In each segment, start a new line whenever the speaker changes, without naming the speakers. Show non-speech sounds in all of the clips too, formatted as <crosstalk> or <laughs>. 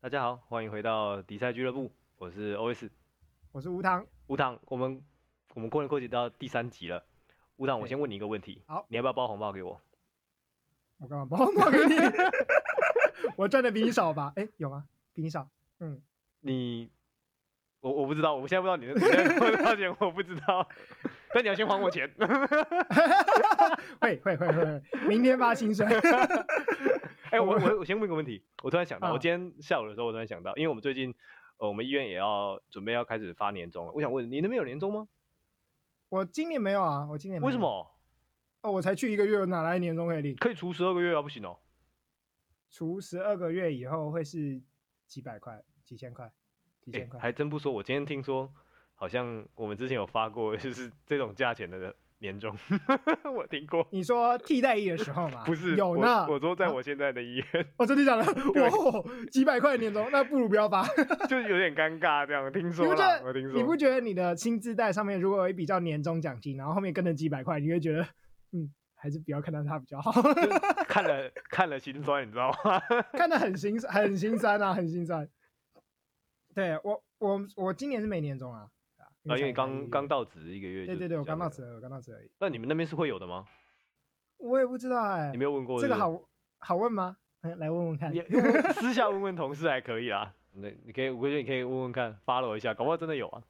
大家好，欢迎回到比赛俱乐部，我是 OS
我是吴糖，
吴糖。我们我们过年过节到第三集了，吴糖，我
对
先问你一个问题，
好
你要不要包红包给我？
我干嘛把红包给你？ <laughs> 我赚的比你少吧？哎，有吗？比你少？嗯，
你，我我不知道，我现在不知道你的， <laughs> 你现在跟我道歉，我不知
<laughs>
道，但你要先还我钱。
会会会会，会明天发薪水。
哎、我我我先问一个问题，我突然想到，我
啊
今天下午的时候，我突然想到，因为我们最近，呃，我们医院也要准备要开始发年终了，我想问你那边有年终吗？
<laughs> 我今年没有啊，我今年没有
为什？么
哦，我才去一个月，我哪来年终可以领？
可以除十二个月啊？不行哦，
除十二个月以后会是几百块、几千块、几
哎、
千块？
还真不说，我今天听说，好像我们之前有发过， <laughs> 就是这种价钱的年终， <laughs> 我听过。
你说替代役的时候嘛？
不是
啊有
我
呢。
我说在
啊
我现在的医院， <laughs>
我真的假的？
对
哇，几百块年终，那不如不要发。
就是有点尴尬这样。听
你
说
不觉
了，
得
我听说。
你不觉得你的薪资袋上面如果有一笔叫年终奖金，然后后面跟着几百块，你会觉得 <laughs> 嗯，还是不要看到它比较好， <laughs>
看了看了心酸，你知道吗？ <laughs>
看得很心很心酸啊，很心酸。对我我我今年是没年终啊，对啊
啊，因为
才一个
刚
月
刚到职一个月。
对对对，我刚到职。而已，我刚到职而已，
那你们那边是会有的吗？
我也不知道哎、
你没有问过
这
是不
个
是，
好好问吗？来来问问看，
你问 <laughs> 私下问问同事还可以啦。那你可以，我觉得你可以问问看，follow 一下，搞不好真的有啊。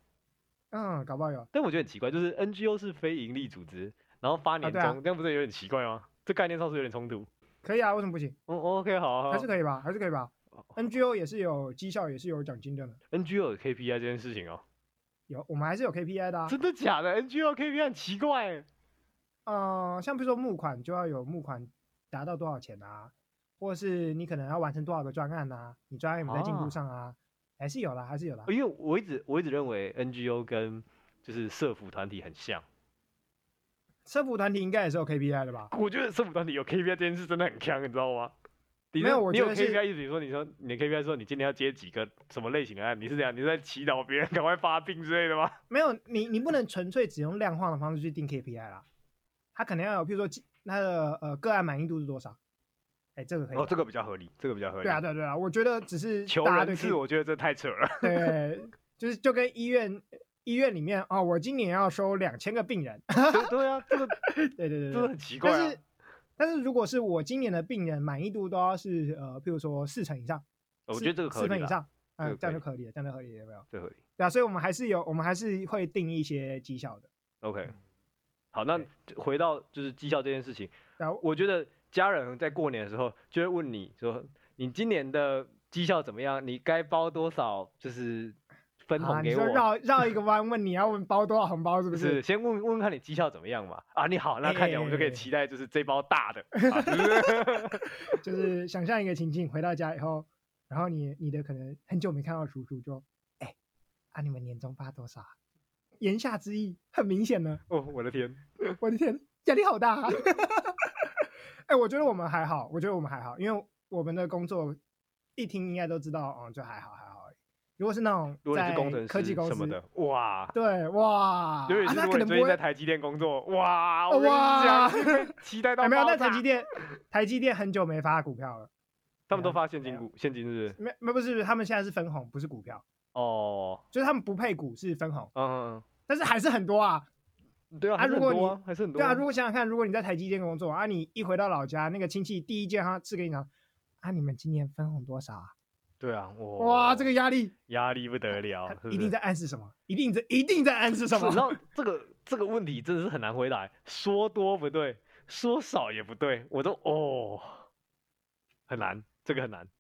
嗯，搞不好有。
但我觉得很奇怪，就是 NGO 是非盈利组织，然后发年终，
对啊
这样不是有点奇怪吗？这概念上是有点冲突。
可以啊，为什么不行？
嗯，OK，好好
还是
好
可以吧，还是可以吧
哦。
NGO 也是有绩效，也是有奖金的呢。
，NGO 有 KPI 这件事情哦，
有，我们还是有 KPI 的、啊。
真的假的？NGO KPI 很奇怪欸，
呃，像比如说募款就要有募款达到多少钱啊，或是你可能要完成多少个专案啊，你专案有没有在进
啊
度上啊，还是有啦，还是有啦。
因为我一直我一直认为 NGO 跟就是社服团体很像。
社服团体应该也是有 KPI 的吧？
我觉得社服团体有 KPI 这件事真的很强，你知道吗？你
没
那
有我
你
觉
有
得是
KPI，意思比如说你说你的 KPI 说你今天要接几个什么类型的案，你是这样，你是在祈祷别人赶快发病之类的吗？
没有，你你不能纯粹只用量化的方式去定 KPI 啦，它可能要有，譬如说进它的呃个案满意度是多少？哎，这个可以吧。
哦，这个比较合理，这个比较合理。
对啊，对啊对啊，我觉得只是
求
大家
人
对
次，我觉得这太扯了。
对，就是就跟医院医院里面哦，我今年要收两千个病人， <laughs>
对对啊，这个
对对对
真
对
的
对，
很奇怪、
但
啊
是。但是如果是我今年的病人满意度都要是呃，譬如说四成以上，
哦我
四
觉得这个合
四
理
分以
啦，
上，
这个
嗯，这样
可以
就可以了，这样就可以了，有没有？
这合理。
对啊，所以我们还是有，我们还是会定一些绩效的。
OK，好，那
嗯对
回到就是绩效这件事情，
然后
我觉得家人在过年的时候就会问你说，你今年的绩效怎么样？你该包多少？就是分
啊，
红
你
给我。
说绕绕一个弯问你要问包多少红包是不？
就是是先问问看你绩效怎么样嘛？啊，你好，那看起来我们就可以
哎
期待就是这包大
<laughs>
的，啊就是 <laughs>
就是想象一个情境，回到家以后，然后你你的可能很久没看到叔叔就，哎，啊你们年终发多少啊？言下之意很明显呢，
哦，我的天，
我的天，压力好大、啊。 <laughs> 哎、我觉得我们还好，我觉得我们还好，因为我们的工作一听应该都知道，嗯，就还好还好而已。如果是那种
如果你是
在
工程
科技
师
公司
什么的，，哇，
对哇，
尤其
啊
是
那
如果你
可能
最
不
近在
会。
台积电工作，哇，我跟你
哇
讲，你会期
<laughs>
待到
有哎没有？
爆
那
炸
台积，电， <laughs> 台积电很久没发股票了，
他们都发现
没
金
有
股，现金是不是
没没不是，他们现在是分红，不是股票，
哦，
就是他们不配股是分红，
嗯，
但是还是很多啊。
嗯对啊，
啊
还是
如
很
果
多
你
啊，还是很多
对啊，如果想想看，如果你在台积电工作啊，你一回到老家，那个亲戚第一件他是跟你讲啊，你们今年分红多少啊？
对啊，
哇，这个压力
压力不得了
他，
是不
一定
是
在暗示什么？一定在一定在暗示什
是然
么？
后这个这个问题真的是很难回答，说多不对，说少也不对，我都哦，很难，这个很难。
<laughs>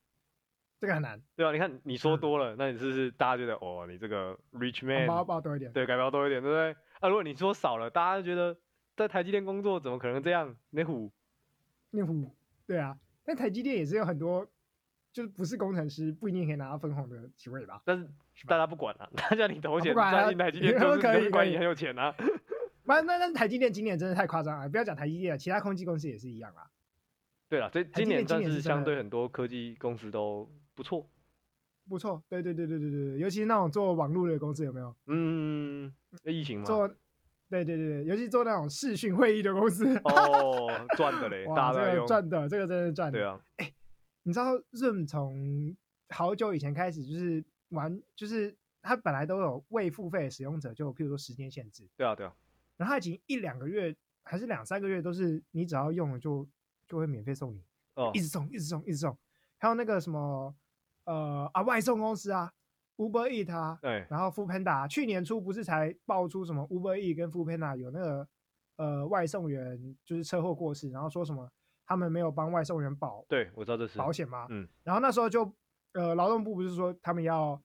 这个很难，
对啊，你看你说
嗯
多了，那你是不是大家觉得哦，你这个 rich
红
man，
包包多一点。
对，改标多一点，对不对？啊，如果你说少了，大家就觉得在台积电工作怎么可能这样？那虎
那户对啊，但台积电也是有很多，就是不是工程师不一定可以拿到分红的职位吧？
但是
是
大
吧？
家不管啊， <laughs> 大家你投
不
钱
管
钻
啊
进
<laughs>
台积电，
以后
就是
可
不
以
是管
可
你
以
很有钱
<laughs>
啊。
那那那台积电今年真的太夸张了，不要讲台积电了，其他空气公司也是一样啦。
对了，所以
台积
今
电
年
今
算
年
是
是真的
相对很多科技公司都不错，
不错，对对对对对对对，尤其是那种做网络的公司有没有？
嗯，那疫情嘛，
做，对对对对，尤其做那种视讯会议的公司， <laughs>
哦，赚的嘞，大家
哇，这
都在
个
用，啊
赚的，这个真的是赚的。
对啊，
你知道 Zoom 从好久以前开始就是玩，就是它本来都有未付费的使用者，就譬如说时间限制，
对啊对啊，
然后它已经一两个月还是两三个月都是你只要用了就就会免费送你，
哦
一直送一直送一直送，还有那个什么呃啊外送公司啊，Uber Eat 啊，
对
然后 f o o Panda 去年初不是才爆出什么 Uber E 跟 f o o Panda 有那个呃外送员就是车祸过世，然后说什么他们没有帮外送员保
对，我知道这是
保险吗？
嗯，
然后那时候就呃劳动部不是说他们要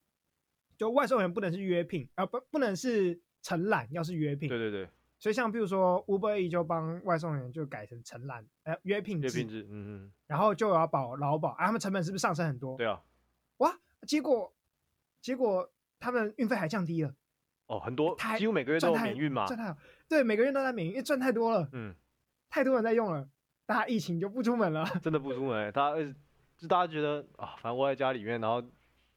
就外送员不能是约聘啊、不不能是承揽，要是约聘。
对对对，
所以像比如说 Uber E 就帮外送员就改成承揽呃约聘
这
制，
品质，嗯
然后就要保劳保啊，他们成本是不是上升很
嗯，
多？
对啊，
哇，结果结果他们运费还降低了。
哦，很多
太
几乎每个月都
赚
有
太
免运嘛，
赚太好，对，每个月都在免运，因为赚太多了，
嗯，
太多人在用了，大家疫情就不出门了，
真的不出门欸，大家就大家觉得啊，反正窝在家里面，然后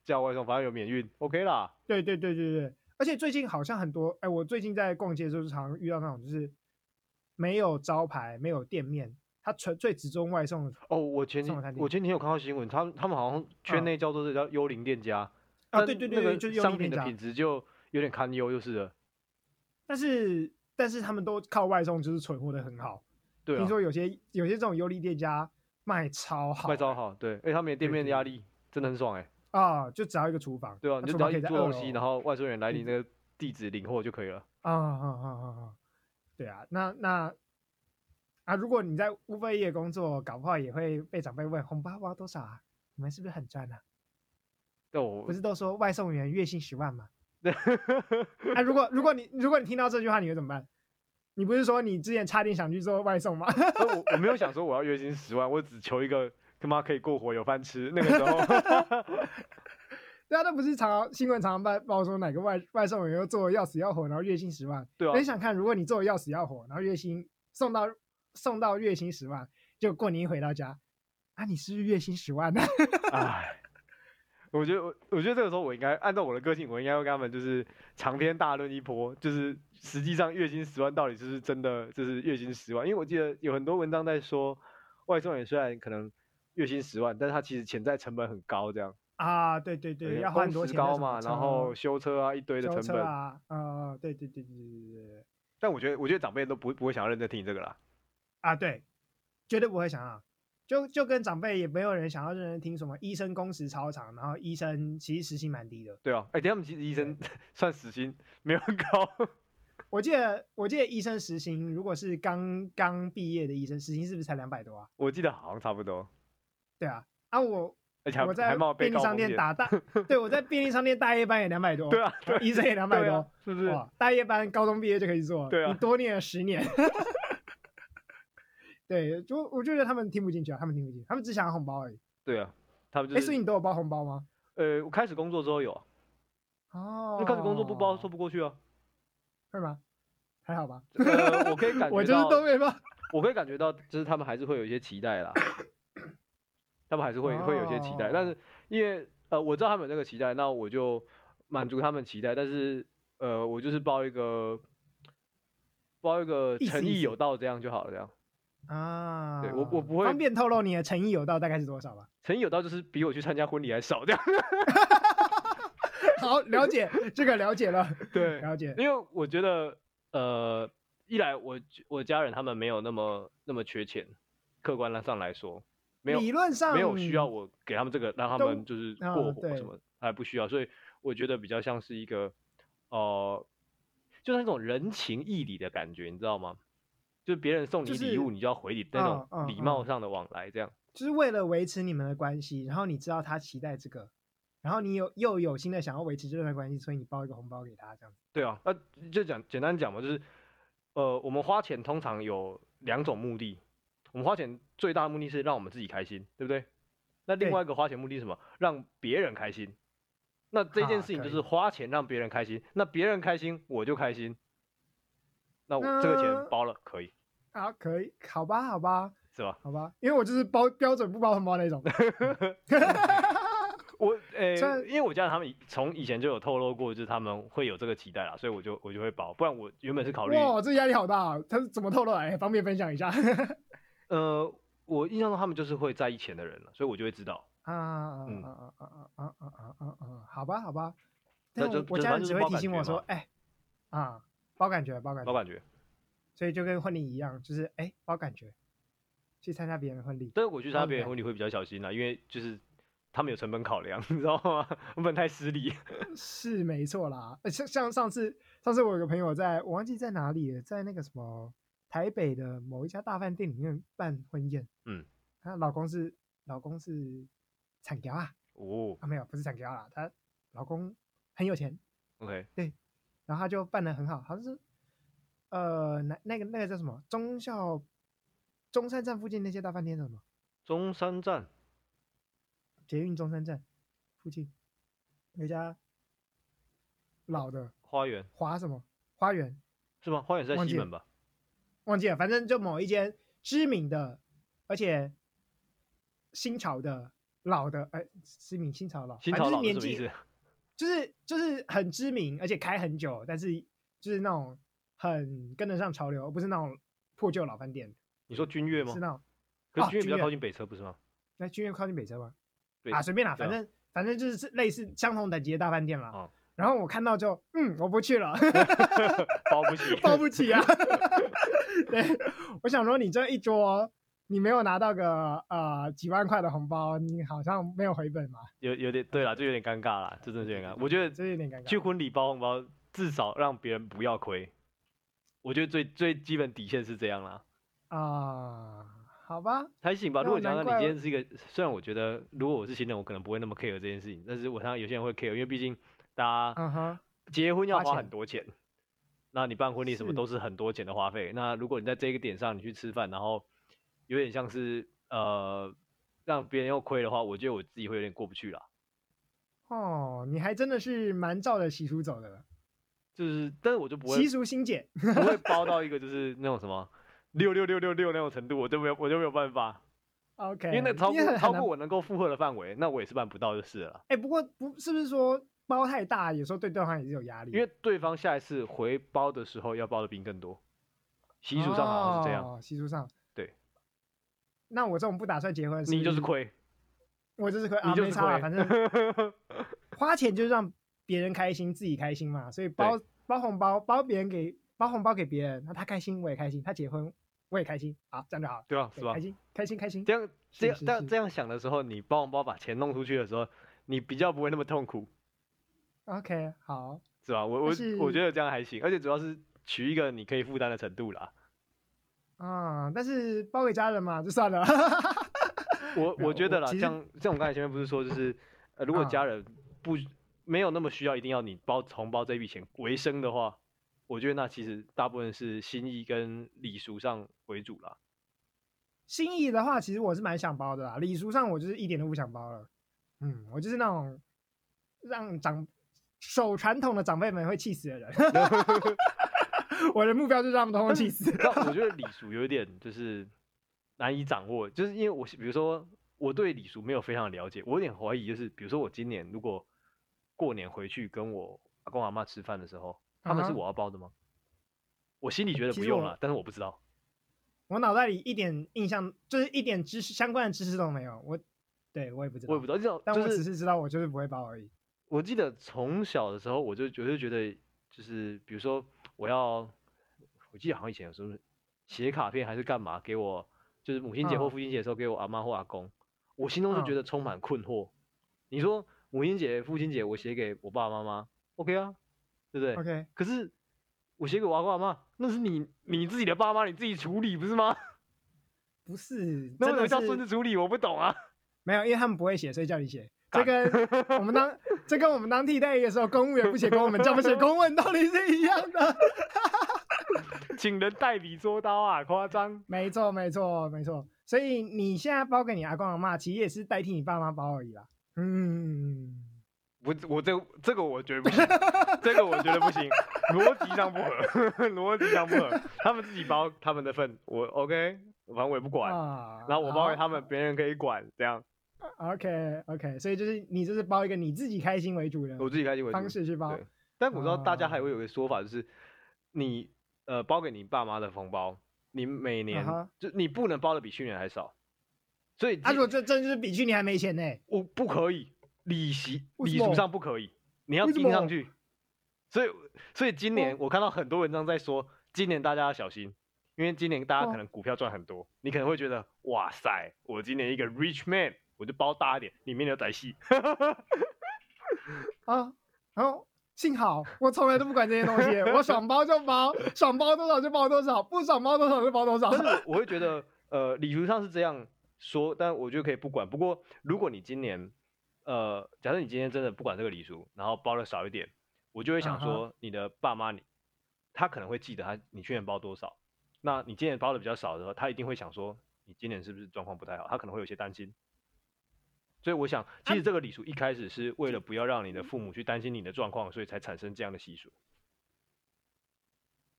叫外送，反正有免运，OK 啦，
对对对对对，而且最近好像很多，哎，我最近在逛街的时候就常遇到那种就是没有招牌、没有店面，它纯粹只做外送的
哦，我前
送
天
餐厅
我前天有看到新闻，他们他们好像圈
嗯
内叫做这叫幽灵店家
啊，
但
对对
那
对对，
个
就是
商
用
品
店
的
家，
品质就有点堪忧，就是了。
但是但是他们都靠外送就是存活的很好，
对啊
听，说有些有些这种优利店家卖超好，
卖超好，对，哎，他们的店
对
面
对
压力真的很爽哎、
啊，就只要一个厨房，
对啊，
那
你就
厨
只要
房可
一
以在
做
二
东西，
楼
然后外送员来你
嗯
那个地址领货就可以了。
啊啊啊啊啊！对啊，那那啊，如果你在乌贝业工作，搞不好也会被长辈问红包包多少啊？你们是不是很赚啊？
但我
不是都说外送员月薪十万吗？
对，
<laughs> 啊，如果如果你如果你听到这句话，你会怎么办？你不是说你之前差点想去做外送吗？
<laughs>
<laughs>
但我我没有想说我要月薪十万，我只求一个他妈可以过活有饭吃。那个时候 <laughs>
对啊，那不是常常新闻常常报报说哪个外外送员又做得要死要活，然后月薪十万。
对啊
那你想看，如果你做的要死要活，然后月薪送到送到月薪十万，就过年一回到家，啊，你是不是月薪十万呢、 <laughs>
<laughs> 唉，我觉得我我觉得这个时候我应该按照我的个性，我应该会跟他们就是长篇大论一波，就是实际上月薪十万到底是不是真的就是月薪十万？因为我记得有很多文章在说，外送员虽然可能月薪十万，但是他其实潜在成本很高，这样
啊，对对
因
对，
为
要花
工
很多
时
钱在
高
什么
嘛，
车
然后修车啊一堆的
修
成
车
本。
啊，呃，对对对对对对对
但我觉得我觉得长辈都不不会想要认真听你这个啦。
啊，对，绝对不会想要，就就跟长辈也没有人想要认真听什么医生工时超长，然后医生其实时薪蛮低的。
对啊，哎、等一下他们其实医生 <laughs> 算死薪没有很高， <laughs>
我记得我记得医生时薪如果是刚刚毕业的医生，时薪是不是才两百多啊？
我记得好像差不多，
对啊，啊我
而且还
我
还
在
冒被
便利
告
商
风
店
险 <laughs>
打大，对我在便利商店大夜班也两百多，
对啊，对
医生也两百
对
多，
啊，是不是？
哇，大夜班高中毕业就可以做了，
对啊
你多念了十年。 <laughs> 对，就我就觉得他们听不进去啊，他们听不进去，他们只想要红包而已。
对啊，他们
哎、
就是、
所以你都有包红包吗？
呃，我开始工作之后有啊，
哦
那，开始工作不包说不过去啊。
会吗？还好吧，
呃，我可以
<laughs>
感
我
觉
就是
到，
都没包。
我可以感觉到，就是他们还是会有一些期待
<laughs>
啦，他们还是会会有一些期待，但
哦
是因为呃，我知道他们有这个期待，那我就满足他们期待，但是呃，我就是包一个包一个
意思
诚
意
意
思
有到这样就好了，这样
啊，
我我不会
方便透露你的诚意有到大概是多少吧？
诚意有到就是比我去参加婚礼还少这样，
好，了解这个了解了，
<laughs> 对
了解。
因为我觉得，呃，一来我我家人他们没有那么那么缺钱，客观上来说，没有
理论上
没有需要我给他们这个，让他们
都
就是
啊
过活
对
什么，还不需要，所以我觉得比较像是一个，呃，就是那种人情义理的感觉，你知道吗？就是别人送你
就
礼物，
是
你就要回礼那
嗯
种
嗯
礼
嗯
貌上的往来，这样。
就是为了维持你们的关系，然后你知道他期待这个，然后你有又有心的想要维持这段关系，所以你包一个红包给他这样子。
对啊，那就讲简单讲嘛，就是呃，我们花钱通常有两种目的，我们花钱最大的目的是让我们自己开心，对不对？那另
对
外一个花钱目的是什么？让别人开心。那这件
啊
事情就
可
是
以
花钱让别人开心，那别人开心我就开心，那我这个钱
那
包了可以
啊，可以，好吧，好吧，
是吧？
好吧，因为我就是包标准不包红包那种。
我呃、
虽然
因为我家人他们以从以前就有透露过，就是他们会有这个期待啦，所以我就我就会包，不然我原本是 <laughs> 考虑
哇，这压力好大啊、他是怎么透露的？哎，方便分享一下
呃，我印象中他们就是会在意钱的人了，所以我就会知道。
啊啊
嗯
啊啊啊啊啊！好吧，好吧。
那
但
就
我我
就
家
反正
人只
就是
会
包
提
感
醒
觉
我说
嘛，
哎，啊，包感觉，包感
老
觉，
感觉。
所以就跟婚礼一样，就是哎，包感觉，去参加别人的婚礼。
但是我去参加
包
别人
感
婚礼会比较小心啦、因为就是他们有成本考量， <laughs> 你知道吗？不能太失
<laughs>
礼。
是没错啦，呃像像上次上次我有个朋友在，我忘记在哪里了，在那个什么台北的某一家大饭店里面办婚宴，
嗯，
她老公是老公是产条啊
哦
啊没有不是产条啦，她老公很有钱，
，OK，
然后他就办的很好，好像是呃那那个那个叫什么中校中山站附近那些大饭店叫什么
中山站
捷运中山站附近有一家老的
花园
华什么花园。
是吗？花园是在
忘
西
记
门
了
吧？
忘记了，反正就某一间知名的，而且新潮的老的，哎、知名新潮老，
新潮老
反正
是什
就
么
是
意
年纪
思？
就是就是很知名，而且开很久，但是就是那种很跟得上潮流，不是那种破旧老饭店，
你说君悦吗
是？那种
可是
啊
君悦比
君
较
悦
靠近北车不是
<laughs>
吗？
那君悦靠近北车吗？
对
啊，随便啦，
对啊
反正反正就是类似相同等级的大饭店啦。
哦
然后我看到就，嗯，我不
<laughs>
去了。
包不起，
<laughs> 包不起啊！对，我想说你这一桌，你没有拿到个呃几万块的红包，你好像没有回本嘛，
<laughs> 有有点对啦，这有点尴尬啦，这真的是有点尴尬。我觉
这
得
有点尴尬。
去婚礼包红包，至少让别人不要亏。我觉得最最基本底线是这样啦，
啊、好吧，
还行吧。
那
如果
难
想想你
怪
今天是一个，虽然我觉得如果我是新人，我可能不会那么 care 这件事情，但是我想有些人会 care，因为毕竟大家
嗯哼，
结婚要
花
花
钱
很多钱，那你办婚礼什么
是
都是很多钱的花费。那如果你在这个点上你去吃饭，然后有点像是呃让别人又亏的话，我觉得我自己会有点过不去啦。
哦，你还真的是蛮照着习俗走的了，
就是，但是我就不会
习俗心解。
不会包到一个就是那种什么六六六六六那种程度，我就没有我就没有办法，
OK，
因为那超
你也
过
很
超
难
过我能够负荷的范围，那我也是办不到就是了啦。
哎、不过不是不是说包太大，有时候对对方也是有压力，
因为对方下一次回包的时候要包的比你更多，习俗上好像是这样，
哦，习俗上
对。
那我这种不打算结婚，
你就是
不 <laughs>
亏，
我就是亏
你
啊，
就
没
是
差
亏，
啦反
<laughs>
正花钱就是让别人开心，自己开心嘛。所以包包红包，包别人给包红包给别人，那他开心我也开心，他结婚我也开心，好这样就好了，
对吧？
对
是吧
开？心开心开心
这，样
是
这样
是
这样
是
这样想的时候，你包红包把钱弄出去的时候，你比较不会那么痛苦，
OK 好，
是吧？我我
但是
我觉得这样还行，而且主要是取一个你可以负担的程度啦。
啊、但是包给家人嘛，就算了。 <laughs>
我
没有
我觉
我
得啦，
其实
像像我刚才前面不是说，就是呃，如果
啊
家人不没有那么需要，一定要你包红包这笔钱为生的话，我觉得那其实大部分是心意跟礼俗上为主啦。
心意的话，其实我是蛮想包的啦。礼俗上，我就是一点都不想包了。嗯，我就是那种让长守传统的长辈们会气死的人。 <laughs> 我的目标就是让他们通通气死。 <laughs>
<laughs> 但我觉得礼俗有一点就是难以掌握，就是因为我比如说我对礼俗没有非常的了解，我有点怀疑，就是比如说我今年如果过年回去跟我阿公阿妈吃饭的时候，他们是
啊哈
我要包的吗？我心里觉得
其
不
实
用
我
了，但是我不知道。
我脑袋里一点印象，就是一点知识相关的知识都没有。我对我也不知道，
我也不知道，这种
但
就
我
是
只是知道我就是不会包而已。
我记得从小的时候，我就我就觉得，就是比如说我要，我记得好像以前有时候写卡片还是干嘛，给我就是母亲节或
嗯
父亲节的时候给我阿妈或阿公，我心中就觉
嗯
得充满困惑。你说母亲节、父亲节我写给我爸爸妈妈，OK 啊，对不对
OK，
可是我写给我阿公阿妈，那是你你自己的爸妈，你自己处理不是吗？ <laughs>
不是，
那为什
真
么
的
叫孙子
是
处理？我不懂啊。 <laughs>
没有，因为他们不会写，所以叫你写。这跟我
<laughs>
们当这跟我们当替代役的时候，公务员不写公文，叫我们写公文，道理是一样的。
请人代笔捉刀啊，夸张。
没错，没错，没错。所以你现在包给你阿公阿妈，其实也是代替你爸妈包而已啦。嗯，
我我这这个我觉得不行，这个我觉得不行，逻辑上不合，逻辑上不合。他们自己包他们的份，我 OK，反正我也不管。
啊
然后我包给他们，别人可以管，这样
OK OK，所以就是你就是包一个你自己开心为主的
我自己开心为
嗯方
主。
式哦去包
对。但我知道大家还会有个说法，就是你呃包给你爸妈的红包，你
嗯
每年、
哈
就你不能包的比去年还少，所以
啊，
这
如果这真的就是比去年还没钱呢、
我不可以，礼习
为什
礼俗
么
上不可以，你要
为什
盯上
么哦
去。所以，所以今年我看到很多文章在说，今年大家要小心，因为今年大家
哦
可能股票赚很多，你可能会觉得，哇塞，我今年一个 rich man，我就包大一点，里面牛仔戏。
啊，然后幸好我从来都不管这些东
<laughs>
西，我爽包就包，爽包多少就包多少，不爽包多少就包多少。
但是我会觉得，呃，礼俗上是这样说，但我觉得可以不管。不过，如果你今年，呃，假设你今天真的不管这个礼俗，然后包的少一点，我就会想
啊哈
说，你的爸妈你，他可能会记得他你去年包多少。那你今年包的比较少的时候，他一定会想说，你今年是不是状况不太好？他可能会有些担心。所以我想，其实这个礼俗一开始是为了不要让你的父母去担心你的状况，所以才产生这样的习俗。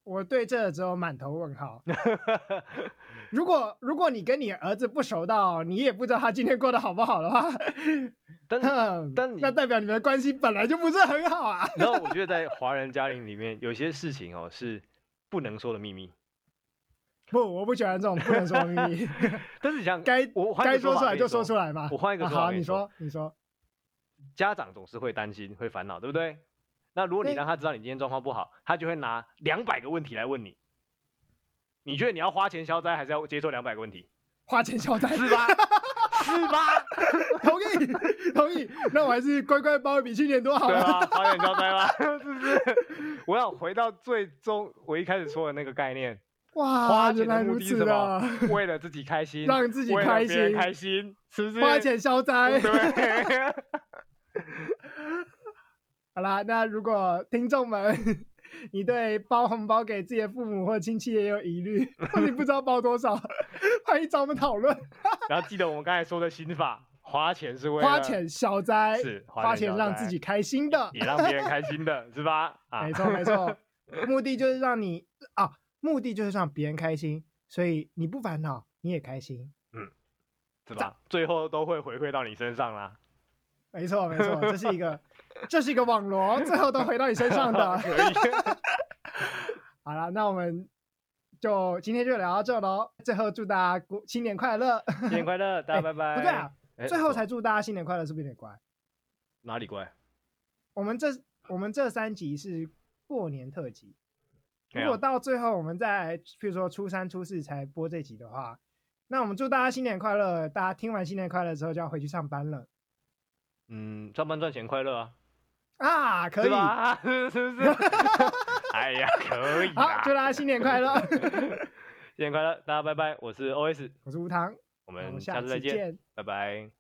我对这只有满头
<laughs>
问号。如果如果你跟你儿子不熟到你也不知道他今天过得好不好的话，
但是 <laughs>
哼
但你
那代表你们的关系本来就不是很好啊。
然后我觉得在华人家庭里面，有些事情哦是不能说的秘密。
不，我不喜欢这种不能说的秘
<laughs>
密，
但是你想，
该
我换一
该
个说
说
法
出来
跟你
就说出来吧。
我换一个
啊
说法
好，
跟
你
你说
说，你说，
家长总是会担心、会烦恼，对不对？那如果你
对
让他知道你今天状况不好，他就会拿两百个问题来问你。你觉得你要花钱消灾，还是要接受两百个问题？
花钱消灾，
是吧？是吧？
同意， <laughs> 同意。那我还是乖乖包比去年多好啊
对啊
了。
吧？花钱消灾吧， <laughs> 是不是？我要回到最终我一开始说的那个概念，
哇，
花
原
钱
来
的目
如
的是
此
什
的
么，？为了自己开心，
让自己
为了
开
别人
心，
开心，是不是？
花钱消灾。
对，
好啦，那如果听众们你对包红包给自己的父母或亲戚也有疑虑，或你不知道包多少， <laughs> 欢迎找我们讨论。
然后记得我们刚才说的心法，花钱是为了
花钱消灾，
是
花
钱
钱
消
让自
灾
己开心的，
也让别人开心的，是吧？啊
没，错没错，目的就是让你啊，目的就是让别人开心，所以你不烦恼，你也开心。
是吧？最后都会回馈到你身上啦。
没错没错，这是一个这是一个网罗，最后都回到你身上
<laughs>
的。
可
<laughs>
以，
好了，那我们就今天就聊到这喽。最后祝大家过新年快乐！
新年快乐，大家拜拜。
不对啊，
哎
最后
什么
才祝大家新年快乐，是不是有点乖？
哪里怪？
我们这我们这三集是过年特辑，
对
如
啊
果到最后我们再譬如说初三、初四才播这集的话，那我们祝大家新年快乐！大家听完新年快乐之后就要回去上班了
嗯，上班赚钱快乐啊，
啊，可
是
以。好，
吧？ <laughs> 是不是？哎呀，可以啦。 <laughs>
祝大家新年快乐！ <laughs>
新年快乐，大家拜拜。我是 OS，
我是吴糖，
我
我
们
们
下
下
次
次
再见，
见。
拜拜。